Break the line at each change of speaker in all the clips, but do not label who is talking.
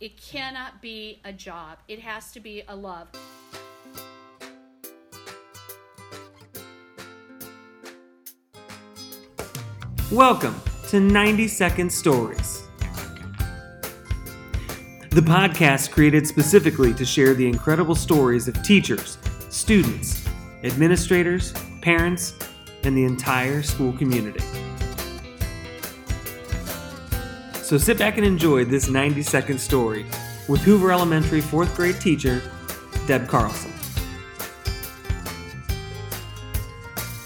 It cannot be a job, it has to be a love.
Welcome to 90 Second Stories, the podcast created specifically to share the incredible stories of teachers, students, administrators, parents, and the entire school community. So sit back and enjoy this 90 second story with Hoover Elementary fourth grade teacher, Deb Carlson.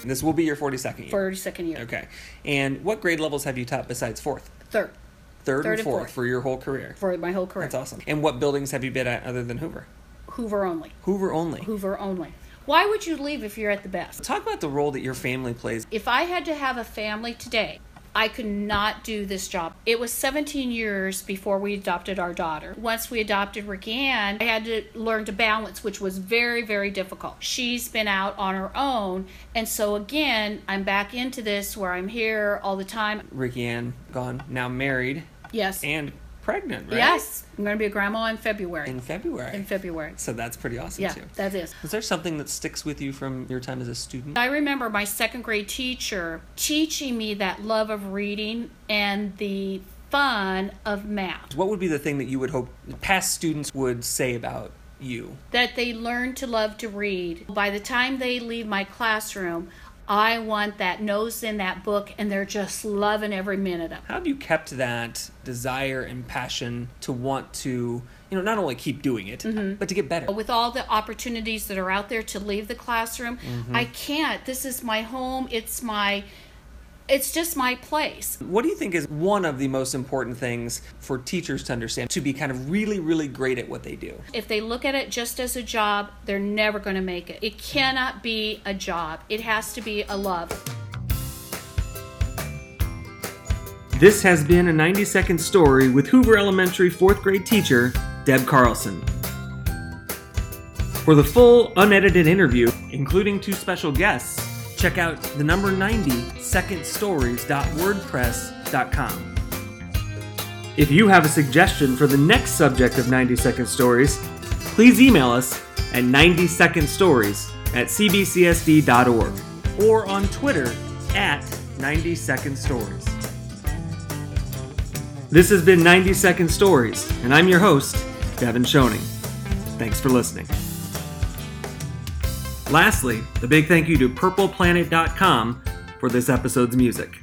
And this will be your 42nd year.
For second year.
Okay. And what grade levels have you taught besides fourth?
Third.
Third,
Third
and
and
fourth,
fourth.
for your whole career.
For my whole career.
That's awesome. And what buildings have you been at other than Hoover?
Hoover only.
Hoover only.
Hoover only. Why would you leave if you're at the best?
Talk about the role that your family plays.
If I had to have a family today, I could not do this job. It was 17 years before we adopted our daughter. Once we adopted Ricky Ann, I had to learn to balance, which was very, very difficult. She's been out on her own. And so, again, I'm back into this where I'm here all the time.
Ricky Ann gone, now married
Yes.
and pregnant, right?
Yes. I'm going to be a grandma in February.
In February.
in February.
so that's pretty awesome
Yeah,
too.
that is.
Is there something that sticks with you from your time as a student?
I remember my second grade teacher teaching me that love of reading and the fun of math.
What would be the thing that you would hope past students would say about you?
That they learn to love to read. By the time they leave my classroom, I want that nose in that book and they're just loving every minute of it.
How have you kept that desire and passion to want to, you know, not only keep doing it,
Mm-hmm.
but to get better?
With all the opportunities that are out there to leave the classroom,
Mm-hmm.
I can't. This is my home. It's my it's just my place.
What do you think is one of the most important things for teachers to understand to be kind of really, really great at what they do?
If they look at it just as a job, they're never going to make it. It cannot be a job, it has to be a love.
This has been a 90 second story with Hoover Elementary fourth grade teacher, Deb Carlson. For the full, unedited interview, including two special guests, check out the number 90 secondstories.wordpress.com. If you have a suggestion for the next subject of 90 Second Stories, please email us at 90secondstories at cbcsd.org or on Twitter at 90 Second Stories. This has been 90 Second Stories, and I'm your host, Devin Schoening. Thanks for listening. Lastly, a big thank you to purpleplanet.com for this episode's music.